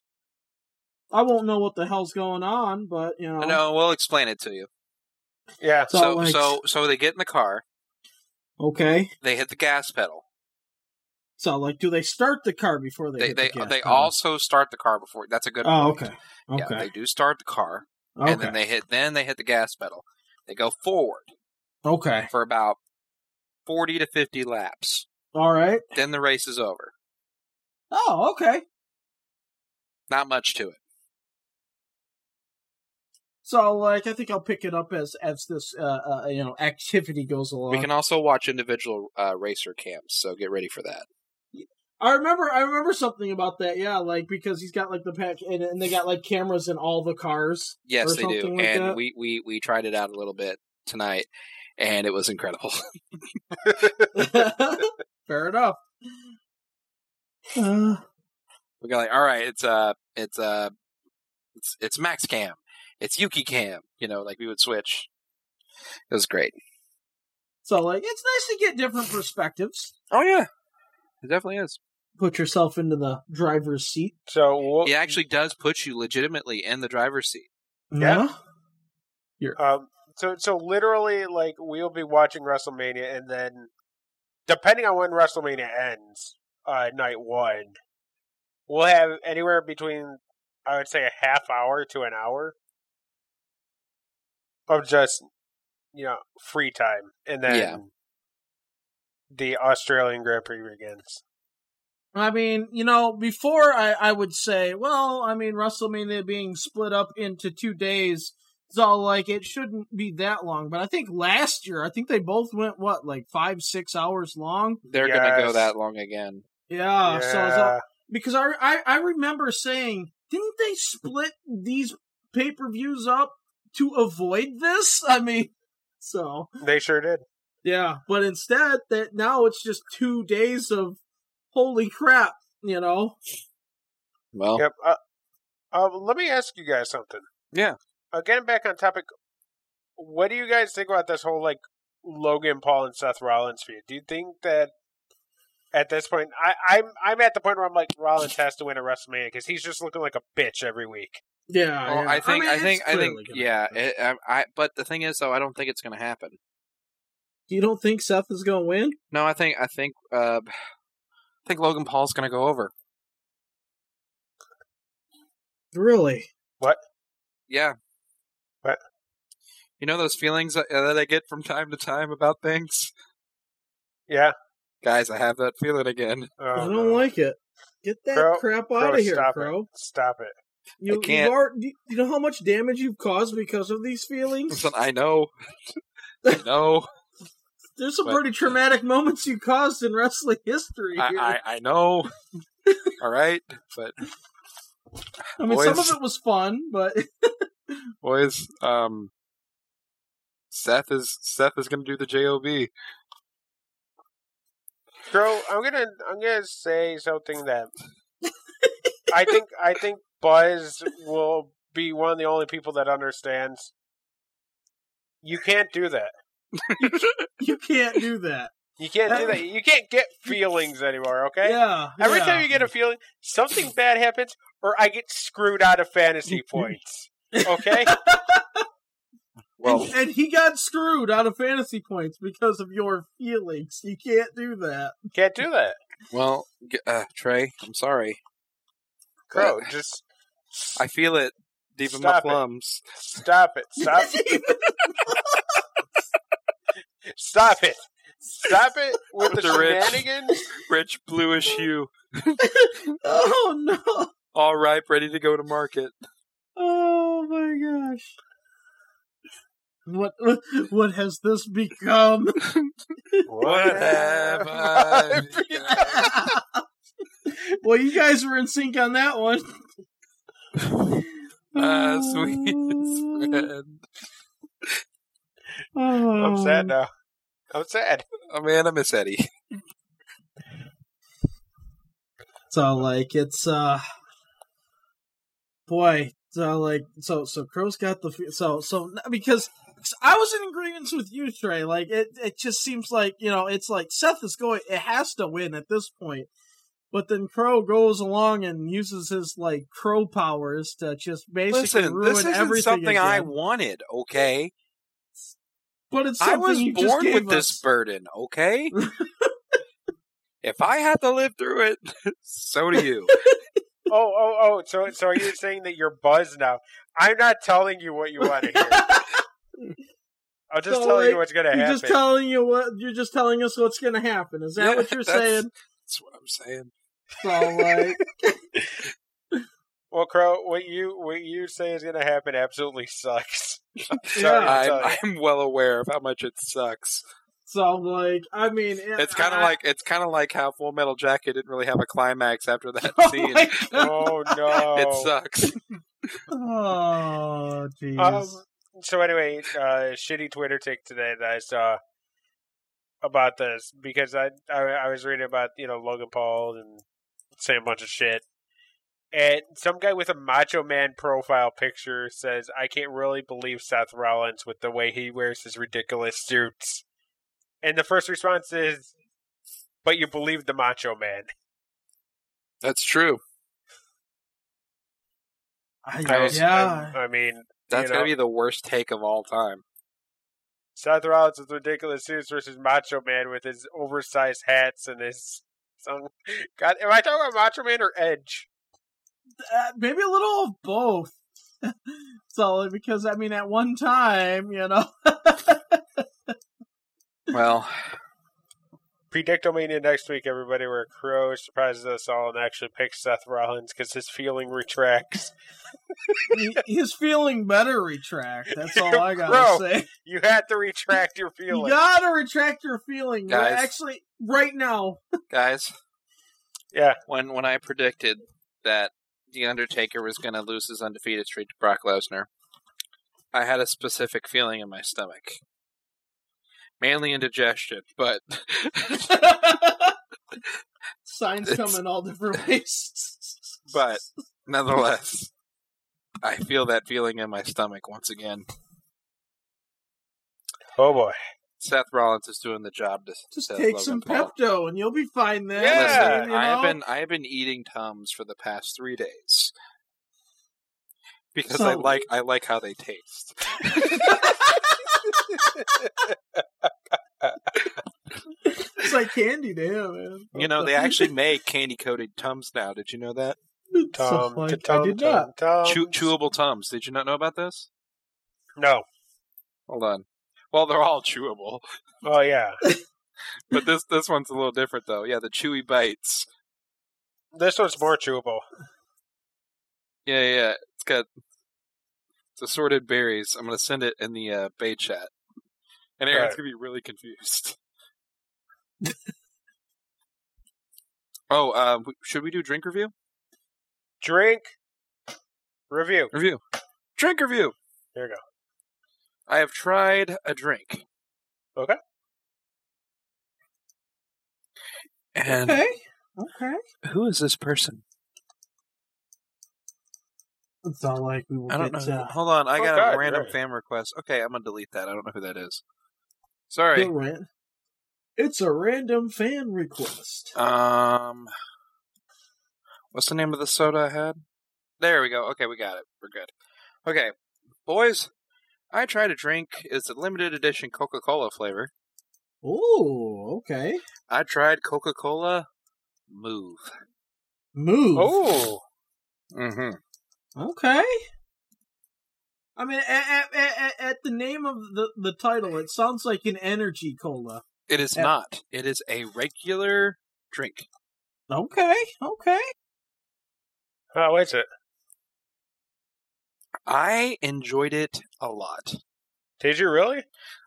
C: I won't know what the hell's going on, but you know,
B: No, we'll explain it to you.
A: Yeah,
C: So,
B: So
C: like-
B: so so they get in the car.
C: okay.
B: They hit the gas pedal.
C: So, like, do they start the car before they
B: They
C: hit
B: they
C: the gas
B: they
C: pedal?
B: also start the car before. That's a good.
C: Oh,
B: point.
C: okay, okay,
B: Yeah, they do start the car,
C: okay,
B: and then they hit. Then they hit the gas pedal. They go forward
C: okay.
B: for about forty to fifty laps.
C: All right.
B: Then the race is over.
C: Oh, okay.
B: Not much to it.
C: So, like, I think I'll pick it up as as this uh, uh you know activity goes along.
B: We can also watch individual uh, racer cams, so get ready for that.
C: I remember, I remember something about that. Yeah, like because he's got like the pack, and, and they got like cameras in all the cars.
B: Yes,
C: or
B: they do,
C: something like
B: and
C: that.
B: we, we we tried it out a little bit tonight, and it was incredible.
C: Fair enough. Uh,
B: we got like, all right, it's uh, it's uh, it's it's Max Cam, it's Yuki Cam. You know, like we would switch. It was great.
C: So like it's nice to get different perspectives.
B: Oh yeah, it definitely is.
C: Put yourself into the driver's seat.
A: So we'll,
B: It actually does put you legitimately in the driver's seat.
A: Yeah.
C: Yeah.
A: Um, so so literally, like we'll be watching WrestleMania, and then depending on when WrestleMania ends, uh, night one, we'll have anywhere between I would say a half hour to an hour of just you know free time, and then
B: Yeah.
A: the Australian Grand Prix begins.
C: I mean, you know, before I, I would say, well, I mean, WrestleMania being split up into two days is all like it shouldn't be that long. But I think last year, I think they both went what, like five, six hours long.
B: They're gonna go
A: Yes.
B: that long again.
C: Yeah. Oh, So it's all,
A: Yeah.
C: because I, I I remember saying, didn't they split these pay per views up to avoid this? I mean, so
A: they sure did.
C: yeah, but instead that now it's just two days of holy crap, you know.
B: Well,
A: Yep. Uh, um, let me ask you guys something.
B: Yeah.
A: Uh, getting back on topic, what do you guys think about this whole like Logan Paul and Seth Rollins feud? Do you think that at this point, I, I'm I'm at the point where I'm like Rollins has to win at WrestleMania because he's just looking like a bitch every week.
C: Yeah,
B: Well,
C: yeah.
B: I think,
C: mean,
B: I,
C: it's
B: think, I
C: clearly
B: think,
C: gonna
B: yeah.
C: happen.
B: It, I, I, but the thing is, though, I don't think it's gonna happen.
C: You don't think Seth is going to win?
B: No, I think, I think, uh, I think Logan Paul's gonna go over.
C: Really?
B: Yeah.
A: What?
B: You know those feelings that, that I get from time to time about things,
A: Yeah.
B: guys. I have that feeling again.
A: Oh,
C: I
A: no.
C: don't like it. Get that
A: Crow-
C: crap
A: Crow,
C: out of here,
A: stop
C: Crow.
A: it! Stop it!
C: You, you've
B: can't.
C: already- you know how much damage you've caused because of these feelings?
B: Listen, I know, I know,
C: There's some
B: But-
C: pretty traumatic moments you caused in wrestling history here.
B: I, I, I know. All right, but
C: I mean, some
B: boys.
C: of it was fun, but
B: boys, um, Seth is Seth is gonna do the job.
A: Crow, I'm gonna I'm gonna say something that I think I think Buzz will be one of the only people that understands. You can't do that.
C: you can't do that.
A: You can't do that. You can't get feelings anymore. Okay.
C: Yeah.
A: Every
C: yeah.
A: time you get a feeling, something bad happens, or I get screwed out of fantasy points. Okay.
B: Well,
C: and, and he got screwed out of fantasy points because of your feelings. You can't do that.
A: can't do that.
B: well, g- uh, Trey, I'm sorry.
A: Crow, just s-
B: I feel it deep in my
A: Stop it.
B: plums.
A: stop it. Stop. Stop it. Stop it with the
B: With the rich.
A: shenanigans.
B: Rich bluish hue,
C: oh no!
B: all ripe, ready to go to market.
C: Oh my gosh! What what has this become?
B: What have I?
C: well, you guys were in sync on that one.
B: Ah, sweetest friend.
C: Oh.
A: I'm sad now. I'm sad.
B: Oh man, I miss Eddie.
C: So like it's uh boy, so like so so Crow's got the fe- so so because 'cause I was in agreement with you, Trey. Like it it just seems like you know it's like Seth is going it has to win at this point. But then Crow goes along and uses his like crow powers to just basically
B: Listen,
C: ruin
B: this
C: everything.
B: isn't something I
C: again.
B: wanted. Okay,
C: but it's
B: I
C: something
B: was
C: you just
B: born
C: gave
B: with
C: us.
B: this burden. Okay. If I had to live through it, so do you.
A: Oh, oh, oh. So, so are you saying that you're buzzed now? I'm not telling you what you want to hear. I'll just
C: So,
A: tell
C: like,
A: you what's gonna
C: you're
A: happen.
C: just telling you what you're just telling us what's gonna happen. Is that
B: Yeah,
C: what you're
B: that's-
C: saying?
B: That's what I'm saying.
C: So like
A: Well, Crow, what you what you say is gonna happen absolutely sucks. Sorry
C: Yeah.
A: to tell you.
B: I'm, I'm well aware of how much it sucks.
C: So like, I mean, it-
B: It's kind of
C: I-
B: like it's kind of like how Full Metal Jacket didn't really have a climax after that
C: Oh
B: scene.
C: my God.
A: Oh no!
B: It sucks.
C: Oh jeez.
A: Um, so anyway, uh, shitty Twitter take today that I saw about this because I, I I was reading about you know Logan Paul and saying a bunch of shit, and some guy with a Macho Man profile picture says, "I can't really believe Seth Rollins with the way he wears his ridiculous suits." And the first response is, "But you believed the Macho Man."
B: That's true.
C: I,
A: I, was-
C: yeah.
A: I, I mean,
B: That's
A: you know,
B: gonna be the worst take of all time.
A: Seth Rollins with ridiculous suits versus Macho Man with his oversized hats and his. Some, God, am I talking about Macho Man or Edge?
C: uh, maybe a little of both. so, because I mean, at one time, you know,
B: Well,
A: Predictomania next week, everybody, where Crow surprises us all and actually picks Seth Rollins because his feeling retracts.
C: he, he's feeling better. Retract. That's all I gotta
A: Bro,
C: say.
A: You had to retract your
C: You
A: feeling.
C: gotta retract your feeling. We're
B: Guys.
C: Actually, right now,
B: guys,
A: Yeah.
B: when when I predicted that the Undertaker was gonna lose his undefeated streak to Brock Lesnar, I had a specific feeling in my stomach, mainly indigestion, but
C: signs
B: It's-
C: come in all different ways.
B: But- nonetheless, I feel that feeling in my stomach once again.
A: Oh boy.
B: Seth Rollins is doing the job to
C: just
B: to
C: take
B: uh, Logan
C: some
B: Paul.
C: Pepto and you'll be fine then.
A: Yeah.
B: Listen,
C: I mean, you
B: I have
C: know?
B: been I have been eating Tums for the past three days because I
C: So-
B: like I like how they taste.
C: It's like candy to him, man.
B: You know they actually make candy coated Tums now. Did you know that
A: Tom,
C: Stuff like- I did
A: Tom,
C: not.
A: Tom.
B: Chew- chewable Tums? Did you not know about this?
A: No.
B: Hold on. Well, they're all chewable,
A: Oh yeah.
B: but this this one's a little different though. Yeah, the chewy bites.
A: This one's more chewable.
B: Yeah, yeah. It's got it's assorted berries. I'm gonna send it in the uh, bay chat, and Aaron's
A: Alright.
B: gonna be really confused. oh, uh, w- should we do drink review?
A: Drink. Review.
B: Review. Drink review.
A: There you go.
B: I have tried a drink,
A: Okay.
B: and
C: Okay. Okay.
B: who is this person?
C: It's not like we will
B: I don't know.
C: get
B: who-
C: uh,
B: Hold on, I
A: Oh,
B: got
A: God,
B: a random
A: right.
B: fan request. Okay, I'm gonna delete that. I don't know who that is. Sorry.
C: Bill Rand. It's a random fan request.
B: Um, what's the name of the soda I had? There we go. Okay, we got it. We're good. Okay, boys, I tried a drink. It's a limited edition Coca Cola flavor.
C: Ooh, okay.
B: I tried Coca Cola Move.
C: Move.
A: Oh.
B: Mm-hmm.
C: Okay. I mean, at, at, at, at the name of the, the title, it sounds like an energy cola.
B: It is
C: Yeah.
B: not. It is a regular drink.
C: Okay, okay.
A: Oh, wait a it?
B: I enjoyed it a lot.
A: Did you really?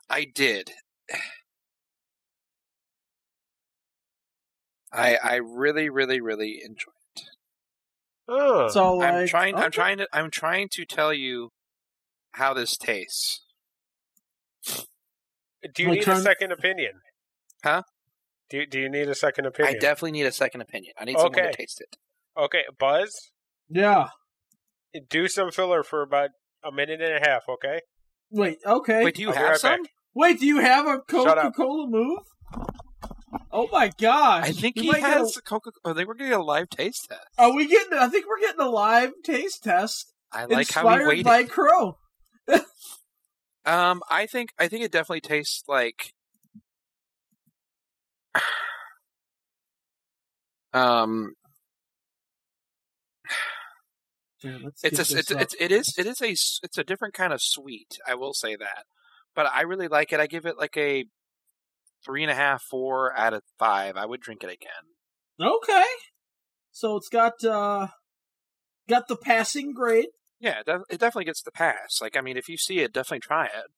B: I did. I I really really really enjoyed.
A: Oh.
C: So like,
B: Uh, I'm trying. I'm
C: okay.
B: trying to. I'm trying to tell you how this tastes.
A: do you
C: Well,
A: need a
C: turn-
A: second opinion?
B: Huh?
A: Do Do you need a second opinion?
B: I definitely need a second opinion. I need someone to
A: Okay.
B: taste it.
A: okay, Buzz.
C: Yeah.
A: Do some filler for about a minute and a half. Okay.
C: Wait. Okay.
B: Wait,
C: Wait.
B: do you
A: I'll be
B: have
A: right
B: some?
C: do you have a
A: Shut up.
C: Coca Cola move? Oh my gosh!
B: I think
C: We
B: he
C: might get
B: has Coca. Oh, they were getting a live taste test.
C: A, are we getting? I think we're getting a live taste test
B: I like how
C: inspired
B: he waited.
C: by Crow.
B: um, I think. I think it definitely tastes like. Um,
C: Here, let's
B: it's
C: get
B: a,
C: this
B: it's,
C: up.
B: it's it is it is a s- it's a different kind of sweet. I will say that, but I really like it. I give it like a three and a half, four out of five. I would drink it again.
C: Okay. So it's got uh got the passing grade.
B: Yeah, it def- it definitely gets the pass. Like, I mean, if you see it, definitely try it.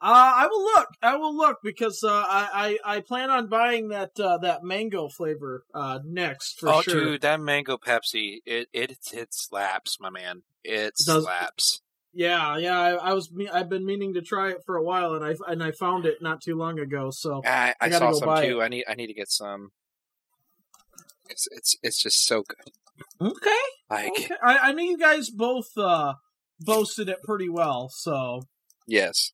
C: Uh, I will look. I will look because uh, I, I I plan on buying that uh, that mango flavor uh, next for
B: oh,
C: sure.
B: dude, that mango Pepsi, it it it slaps, my man. It
C: Does-
B: slaps.
C: Yeah, yeah. I, I was me- I've been meaning to try it for a while, and I and I found it not too long ago. So
B: I, I,
C: I gotta
B: saw
C: go
B: some
C: buy
B: too. I need I need to get some. It's it's, it's just so good.
C: okay,
B: Like,
C: okay. I, I know you guys both uh, boasted it pretty well. So
B: yes,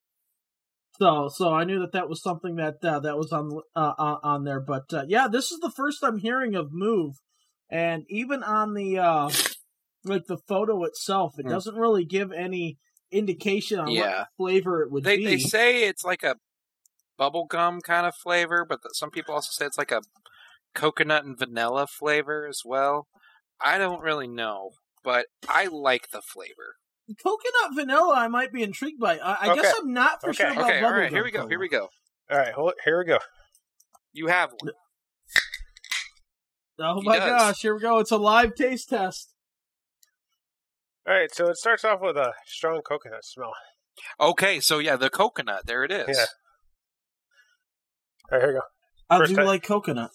C: So, so I knew that that was something that uh, that was on uh, uh, on there. But uh, yeah, this is the first I'm hearing of Move, and even on the uh, like the photo itself, it
B: Hmm.
C: doesn't really give any indication on
B: Yeah.
C: what flavor it would
B: They
C: be.
B: they say it's like a bubblegum kind of flavor, but th- some people also say it's like a coconut and vanilla flavor as well. I don't really know, but I like the flavor.
C: Coconut vanilla, I might be intrigued by. I, I guess
A: Okay.
C: I'm not for sure
A: Okay.
C: about
B: Okay, all
C: bubble
B: right,
C: gum
B: here we go.
C: flavor.
B: Here we go.
A: All right, hold, here we go.
B: You have one.
C: Oh
B: He
C: my
B: does.
C: gosh, here we go. It's a live taste test.
A: All right, so it starts off with a strong coconut smell.
B: Okay, so yeah, the coconut. There it is.
A: Yeah. All right, here we go.
C: I
A: First
C: do
A: time.
C: like coconut.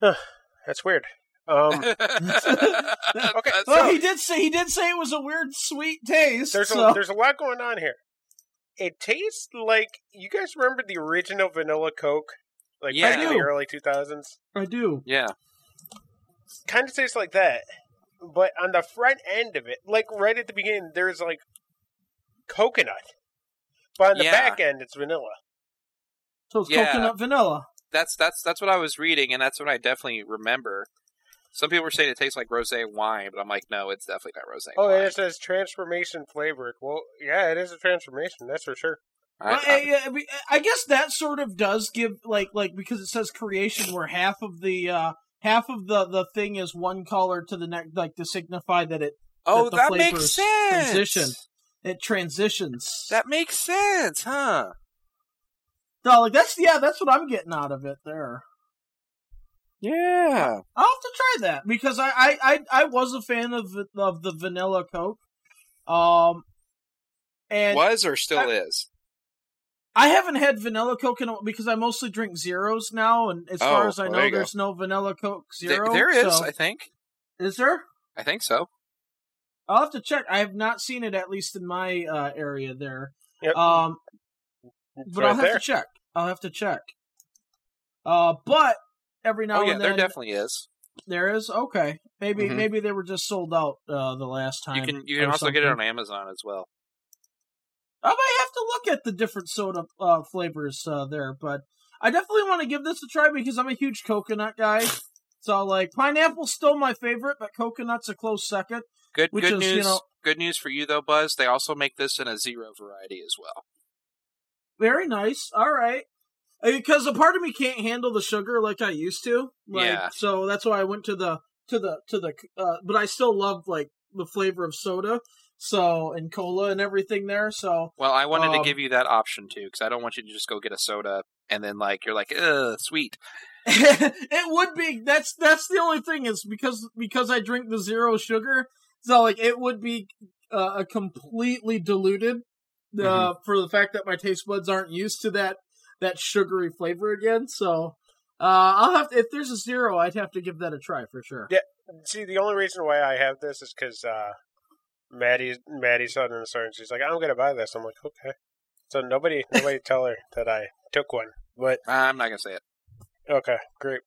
A: That's weird. Um, Okay,
B: That's-
C: Well,
A: So-
C: he did say he did say it was a weird sweet taste.
A: there's
C: so-
A: a, there's a lot going on here. It tastes like you guys remember the original vanilla Coke, like
B: Yeah.
A: back
C: I
A: in
C: do.
A: the early 2000s.
C: I do.
B: yeah.
A: Kind of tastes like that, but on the front end of it, like right at the beginning, there's like coconut, but on the
B: Yeah.
A: back end, it's vanilla.
C: So it's
B: Yeah.
C: coconut vanilla.
B: that's that's that's what I was reading, and that's what I definitely remember. Some people were saying it tastes like rosé wine, but I'm like, no, it's definitely not rosé.
A: Oh,
B: wine.
A: and it says transformation flavored. Well, yeah, it is a transformation, that's for sure.
B: I-
C: Well,
B: I-
C: I, I mean, eh, I guess that sort of does give like like because it says creation where half of the uh half of the the thing is one color to the next like to signify that it
B: oh,
C: the
B: that
C: flavors
B: makes sense.
C: transition. it transitions.
B: That makes sense, huh?
C: no, like that's yeah, that's what I'm getting out of it there.
B: Yeah.
C: I'll have to try that because I I I, I was a fan of the- of the vanilla Coke. Um and
B: Was or still
C: I-
B: is.
C: I haven't had vanilla Coke in a, because I mostly drink zeros now, and as far
B: Oh,
C: as I
B: well, there
C: know,
B: you go.
C: there's no vanilla Coke
B: There-
C: zero.
B: there is,
C: so-
B: I think.
C: is there?
B: I think so.
C: I'll have to check. I have not seen it at least in my uh, area there.
A: Yep,
C: Um,
A: it's
C: but
A: right
C: I'll have
A: there.
C: to check. I'll have to check. Uh, but every now
B: oh yeah,
C: and
B: there
C: then
B: definitely is.
C: there is okay. Maybe
B: Mhm.
C: maybe they were just sold out uh, the last time.
B: You can you can
C: or
B: also get it
C: something.
B: on Amazon as well.
C: I might have to look at the different soda uh, flavors uh, there, but I definitely want to give this a try because I'm a huge coconut guy. So like pineapple's still my favorite, but coconut's a close second.
B: Good
C: Which
B: good
C: is,
B: news.
C: you know-
B: good news for you though, Buzz. They also make this in a zero variety as well.
C: Very nice. All right. Uh, Because a part of me can't handle the sugar like I used to. Like,
B: Yeah.
C: So that's why I went to the to the to the. Uh, but I still love like the flavor of soda, so and cola and everything there. So
B: Well, I wanted
C: Um,
B: to give you that option too, because I don't want you to just go get a soda and then like you're like, ugh, sweet.
C: it would be that's that's the only thing is because because I drink the zero sugar, so like it would be uh, a completely diluted uh,
B: Mhm.
C: for the fact that my taste buds aren't used to that that sugary flavor again. So uh, I'll have to, if there's a zero, I'd have to give that a try for sure.
A: Yeah. See, the only reason why I have this is because uh, Maddie, Maddie saw it in the store and she's like, "I'm gonna buy this." I'm like, "Okay." So nobody, nobody tell her that I took one. But
B: I'm not gonna say it.
A: okay, great.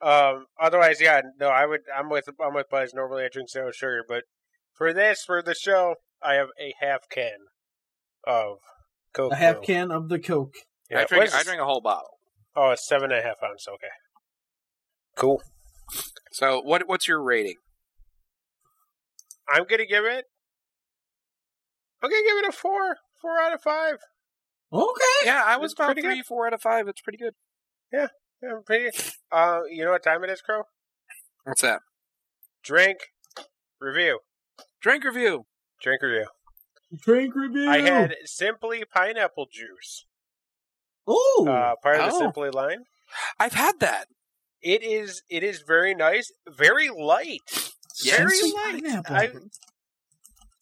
A: Um, otherwise, yeah, no, I would. I'm with, I'm with Buzz. Normally, I drink zero sugar, but for this, for the show, I have a half can of Coke.
C: A half
A: Blue.
C: can of the Coke.
A: Yeah,
B: I
A: what
B: drink.
A: is
B: I
A: this?
B: drink a whole bottle.
A: Oh, it's seven and a half ounce. Okay. Cool.
B: So what? What's your rating?
A: I'm gonna give it. I'm gonna give it a four, four out of five.
C: Okay.
B: Yeah, I was
A: It's
B: about
A: pretty good.
B: three, four out of five. It's pretty good.
A: Yeah, pretty. Uh, you know what time it is, Crow?
B: What's that?
A: Drink review.
B: Drink review.
A: Drink review.
C: Drink review.
A: I had simply pineapple juice.
C: Ooh.
A: Uh, part of the
B: Oh.
A: simply line.
B: I've had that.
A: It is. It is very nice. Very light. Very
C: Sensory
A: light.
C: pineapple.
A: I,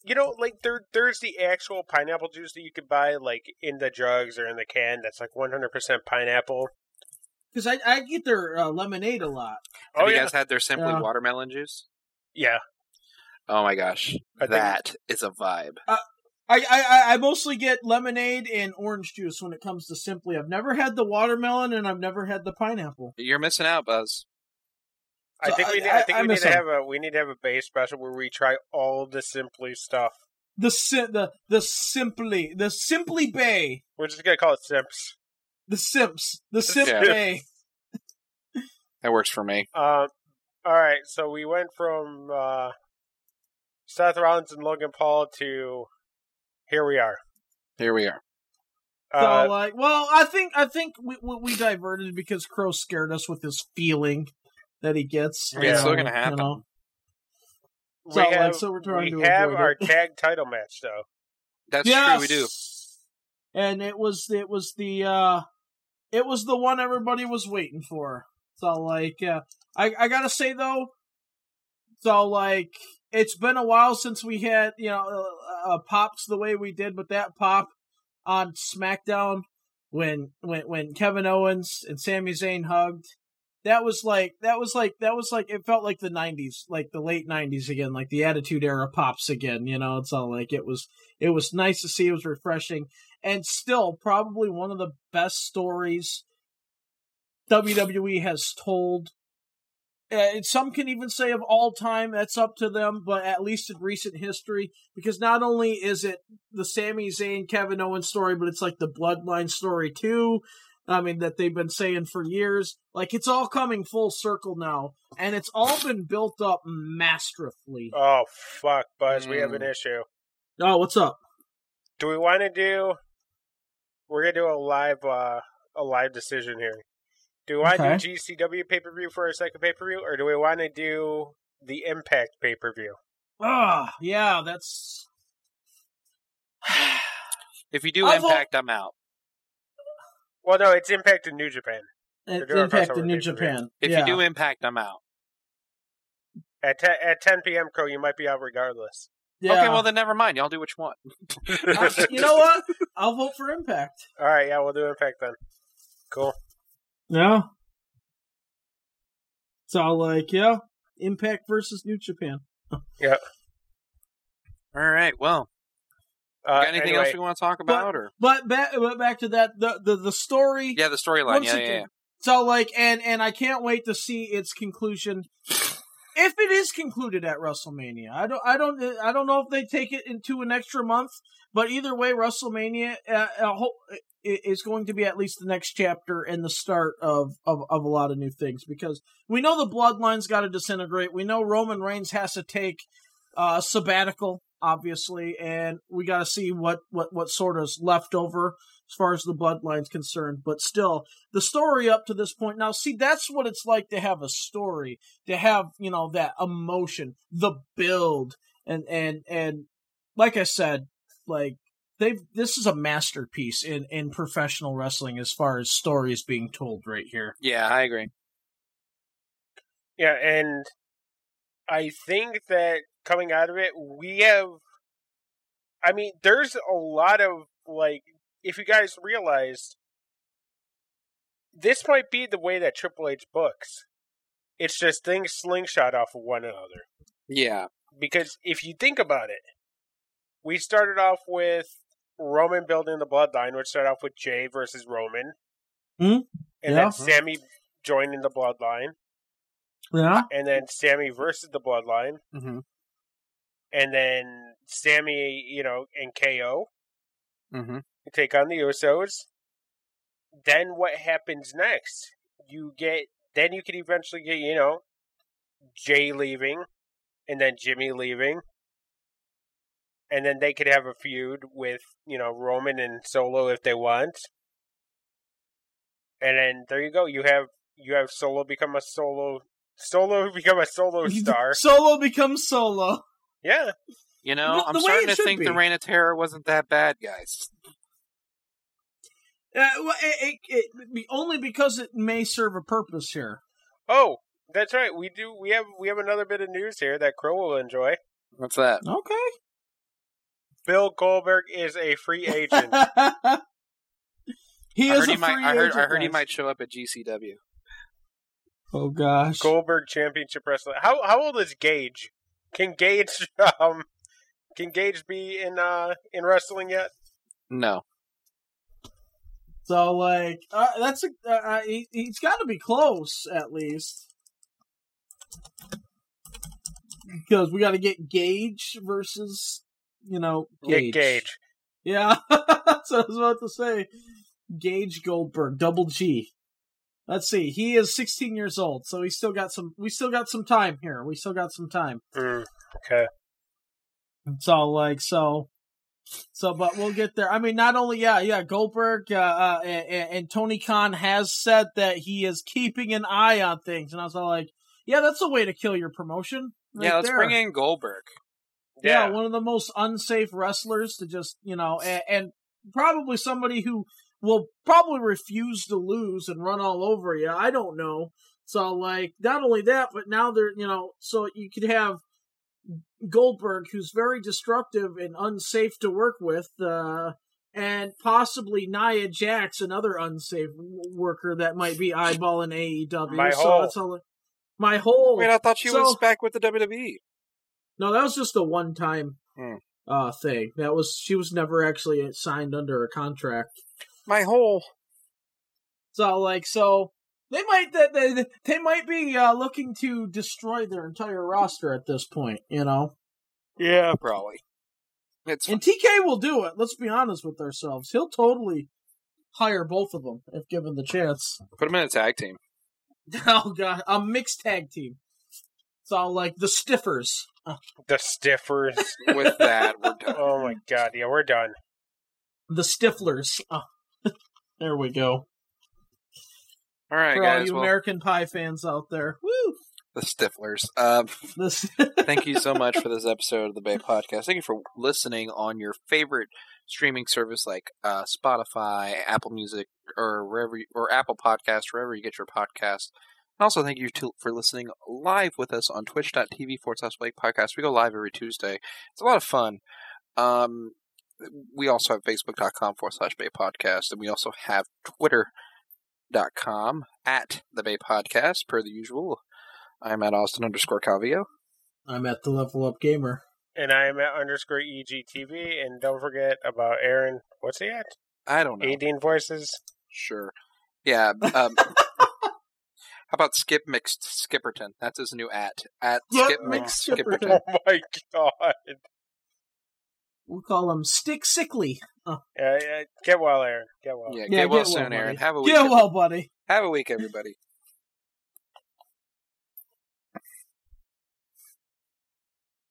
A: you know, like there, there's the actual pineapple juice that you could buy, like in the drugs or in the can. That's like 100% pineapple.
C: Because I, I get their uh, lemonade a lot.
B: Have
A: oh
B: you
A: yeah,
B: guys had their simply
C: Yeah.
B: watermelon juice?
A: yeah.
B: Oh my gosh,
A: I think-
B: that is a vibe.
C: I, I I- I mostly get lemonade and orange juice when it comes to Simply. I've never had the watermelon and I've never had the pineapple.
B: You're missing out, Buzz.
A: I
C: So
A: think we
C: I-
A: need, I
C: I-
A: think
C: I
A: we need
C: miss
A: to
C: him.
A: have a we need to have a base special where we try all the simply stuff.
C: The sim, the the simply the simply bay
A: We're just gonna call it Simps.
C: the simps the simp
B: Yeah.
C: bay.
B: That works for me.
A: Um, all right, so we went from uh, Seth Rollins and Logan Paul to here we are.
B: Here we are.
C: So
A: Uh,
C: like, well, I think I think we we, we diverted because Crow scared us with his feeling that he gets.
B: Yeah, it's still gonna happen.
A: we
C: So, like,
A: have,
C: so we're trying
A: we
C: to
A: have
C: avoid
A: our
C: it.
A: tag title match though.
B: That's true. We do.
C: And it was it was the uh it was the one everybody was waiting for. So like uh I I got to say though so like it's been a while since we had, you know, uh, uh, pops the way we did with that pop on SmackDown when when when Kevin Owens and Sami Zayn hugged. That was like that was like that was like it felt like the 90s, like the late 90s again, like the Attitude Era pops again, you know, it's all like it was it was nice to see. It was refreshing, and still probably one of the best stories WWE has told. Uh, and some can even say of all time. That's up to them, but at least in recent history, because not only is it the Sami Zayn Kevin Owens story, but it's like the Bloodline story too. I mean that they've been saying for years. Like it's all coming full circle now, and it's all been built up masterfully.
A: Oh fuck, Buzz, we have an
B: Mm.
A: issue.
C: Oh, what's up?
A: Do we want to do? We're gonna do a live uh, a live decision here. Do we want to
C: Okay.
A: do GCW pay per view for our second pay per view, or do we want to do the Impact pay per view?
C: Ah, yeah, that's
B: If you do
C: I'll vote-
B: impact, I'm out.
A: Well, no, it's Impact in New Japan
C: It
A: doing a crossover
C: impacted New
A: pay-per-view.
C: Japan.
B: If
C: yeah.
B: you do impact, I'm out.
A: at te- at 10 p.m. Crow. You might be out regardless.
C: yeah.
B: Okay, well then never mind. Y'all do what you want.
C: Uh, you know what? I'll vote for Impact.
A: All right, yeah, we'll do Impact then. Cool.
C: Yeah. So like, yeah, Impact versus New Japan.
B: All right. Well,
A: Uh,
B: got anything
A: anyway,
B: else we want to talk about? Or
C: But back, but back to that, the the, the story.
B: yeah, the storyline.
C: Once
B: Yeah, yeah,
C: again-
B: yeah.
C: So like, and and I can't wait to see its conclusion. If it is concluded at WrestleMania, I don't, I don't, I don't know if they take it into an extra month, but either way, WrestleMania uh, uh, ho- i- is going to be at least the next chapter and the start of, of of a lot of new things because we know the Bloodline's got to disintegrate. We know Roman Reigns has to take uh, sabbatical, obviously, and we got to see what what what sort is left over as far as the Bloodline's concerned. But still, the story up to this point. Now, see, that's what it's like to have a story, to have you know that emotion, the build, and and and like I said, like they've this is a masterpiece in in professional wrestling as far as stories being told right here.
B: Yeah, I agree.
A: Yeah, and I think that coming out of it, we have. I mean, there's a lot of like, if you guys realized, this might be the way that Triple H books. It's just things slingshot off of one another.
B: Yeah,
A: Because if you think about it, we started off with Roman building the bloodline, which started off with Jay versus Roman.
C: Mhm.
A: And
C: Yeah.
A: then Sammy joining the bloodline.
C: Yeah,
A: And then Sammy versus the bloodline.
B: mm-hmm.
A: And then Sammy, you know, and KO
B: Mm-hmm.
A: take on the Usos. Then what happens next? You get, then you can eventually get, you know, Jay leaving and then Jimmy leaving. And then they could have a feud with, you know, Roman and Solo if they want. And then there you go. You have you have Solo become a solo Solo become a solo star.
C: Solo becomes solo.
A: Yeah.
B: You know,
C: The-
B: I'm
C: the way
B: starting
C: it
B: to
C: should
B: think the
C: be.
B: Reign of Terror wasn't that bad, guys.
C: Uh, well, it, it, it, be- only because it may serve a purpose here.
A: Oh, that's right. We do we have we have another bit of news here that Crow will enjoy.
B: What's that?
C: Okay.
A: Bill Goldberg is a free agent.
C: he
B: I
C: is
B: heard
C: a free
B: he might. I heard.
C: agent,
B: I heard he
C: guys.
B: might show up at GCW.
C: Oh gosh.
A: Goldberg Championship Wrestling. How how old is Gage? Can Gage um can Gage be in uh in wrestling yet?
B: No,
C: So like, uh, that's a, uh, uh, he, he's got to be close at least. because we got to get Gage versus you know
A: Nick Gage.
C: Yeah, that's what I was about to say. Gage Goldberg, double G. Let's see. He is 16 years old, so he's still got some. We still got some time here. We still got some time.
A: Mm, okay.
C: It's all like so. So, but we'll get there. I mean, not only yeah, yeah. Goldberg uh, uh, and, and Tony Khan has said that he is keeping an eye on things, and I was all like, yeah, that's a way to kill your promotion. right
B: yeah, let's
C: there.
B: bring in Goldberg.
A: Yeah.
C: Yeah. one of the most unsafe wrestlers to just you know, and, and probably somebody who will probably refuse to lose and run all over you. I don't know. So like, not only that, but now they're you know, so you could have Goldberg, who's very destructive and unsafe to work with, uh, and possibly Nia Jax, another unsafe w- worker that might be eyeballing AEW.
A: My
C: so
A: hole.
C: it's all my whole.
B: Wait, I thought she was
C: So-
B: back with the E. WWE.
C: No, that was just a one time
B: Hmm.
C: uh thing. That was she was never actually signed under a contract.
B: My whole
C: So like so they might that they, they might be uh, looking to destroy their entire roster at this point, you know.
B: yeah, probably. It's
C: And TK will do it. Let's be honest with ourselves. He'll totally hire both of them if given the chance.
B: put him in a tag team.
C: Oh god, a mixed tag team. It's all like the stiffers. uh,
A: The stiffers.
B: With that, we're done.
A: oh my god. Yeah, we're done.
C: The stifflers. Oh. there we go.
B: All right,
C: For all
B: guys.
C: you
B: Well,
C: American Pie fans out there. Woo!
B: the Stiflers. Um,
C: This
B: thank you so much for this episode of the Bay Podcast. Thank you for listening on your favorite streaming service like uh, Spotify, Apple Music, or wherever, you, or Apple Podcast, wherever you get your podcast. And also, thank you to, for listening live with us on twitch.tv forward slash Blake Podcast. We go live every Tuesday. It's a lot of fun. Um, we also have facebook.com forward slash Bay Podcast, and we also have twitter.com at the Bay Podcast, per the usual. I'm at Austin underscore Calvillo.
C: I'm at the level up gamer.
A: And I am at underscore E EGTV. And don't forget about Aaron. What's he at?
B: I don't know.
A: 18 voices.
B: Sure. Yeah. Um, how about Skip Mixed Skipperton? That's his new at. At
C: Yep,
B: Skip
C: Mixed
B: Mixed
C: Skipperton.
B: Skipperton.
A: Oh my god.
C: We'll call him Stick Sickly.
A: Uh, uh, get well, Aaron. Get well.
B: Yeah,
C: Yeah,
B: get well
C: get well,
B: soon, Aaron.
C: buddy.
B: Have a week.
C: Yeah,
B: every-
C: well, buddy.
B: Have a week, everybody.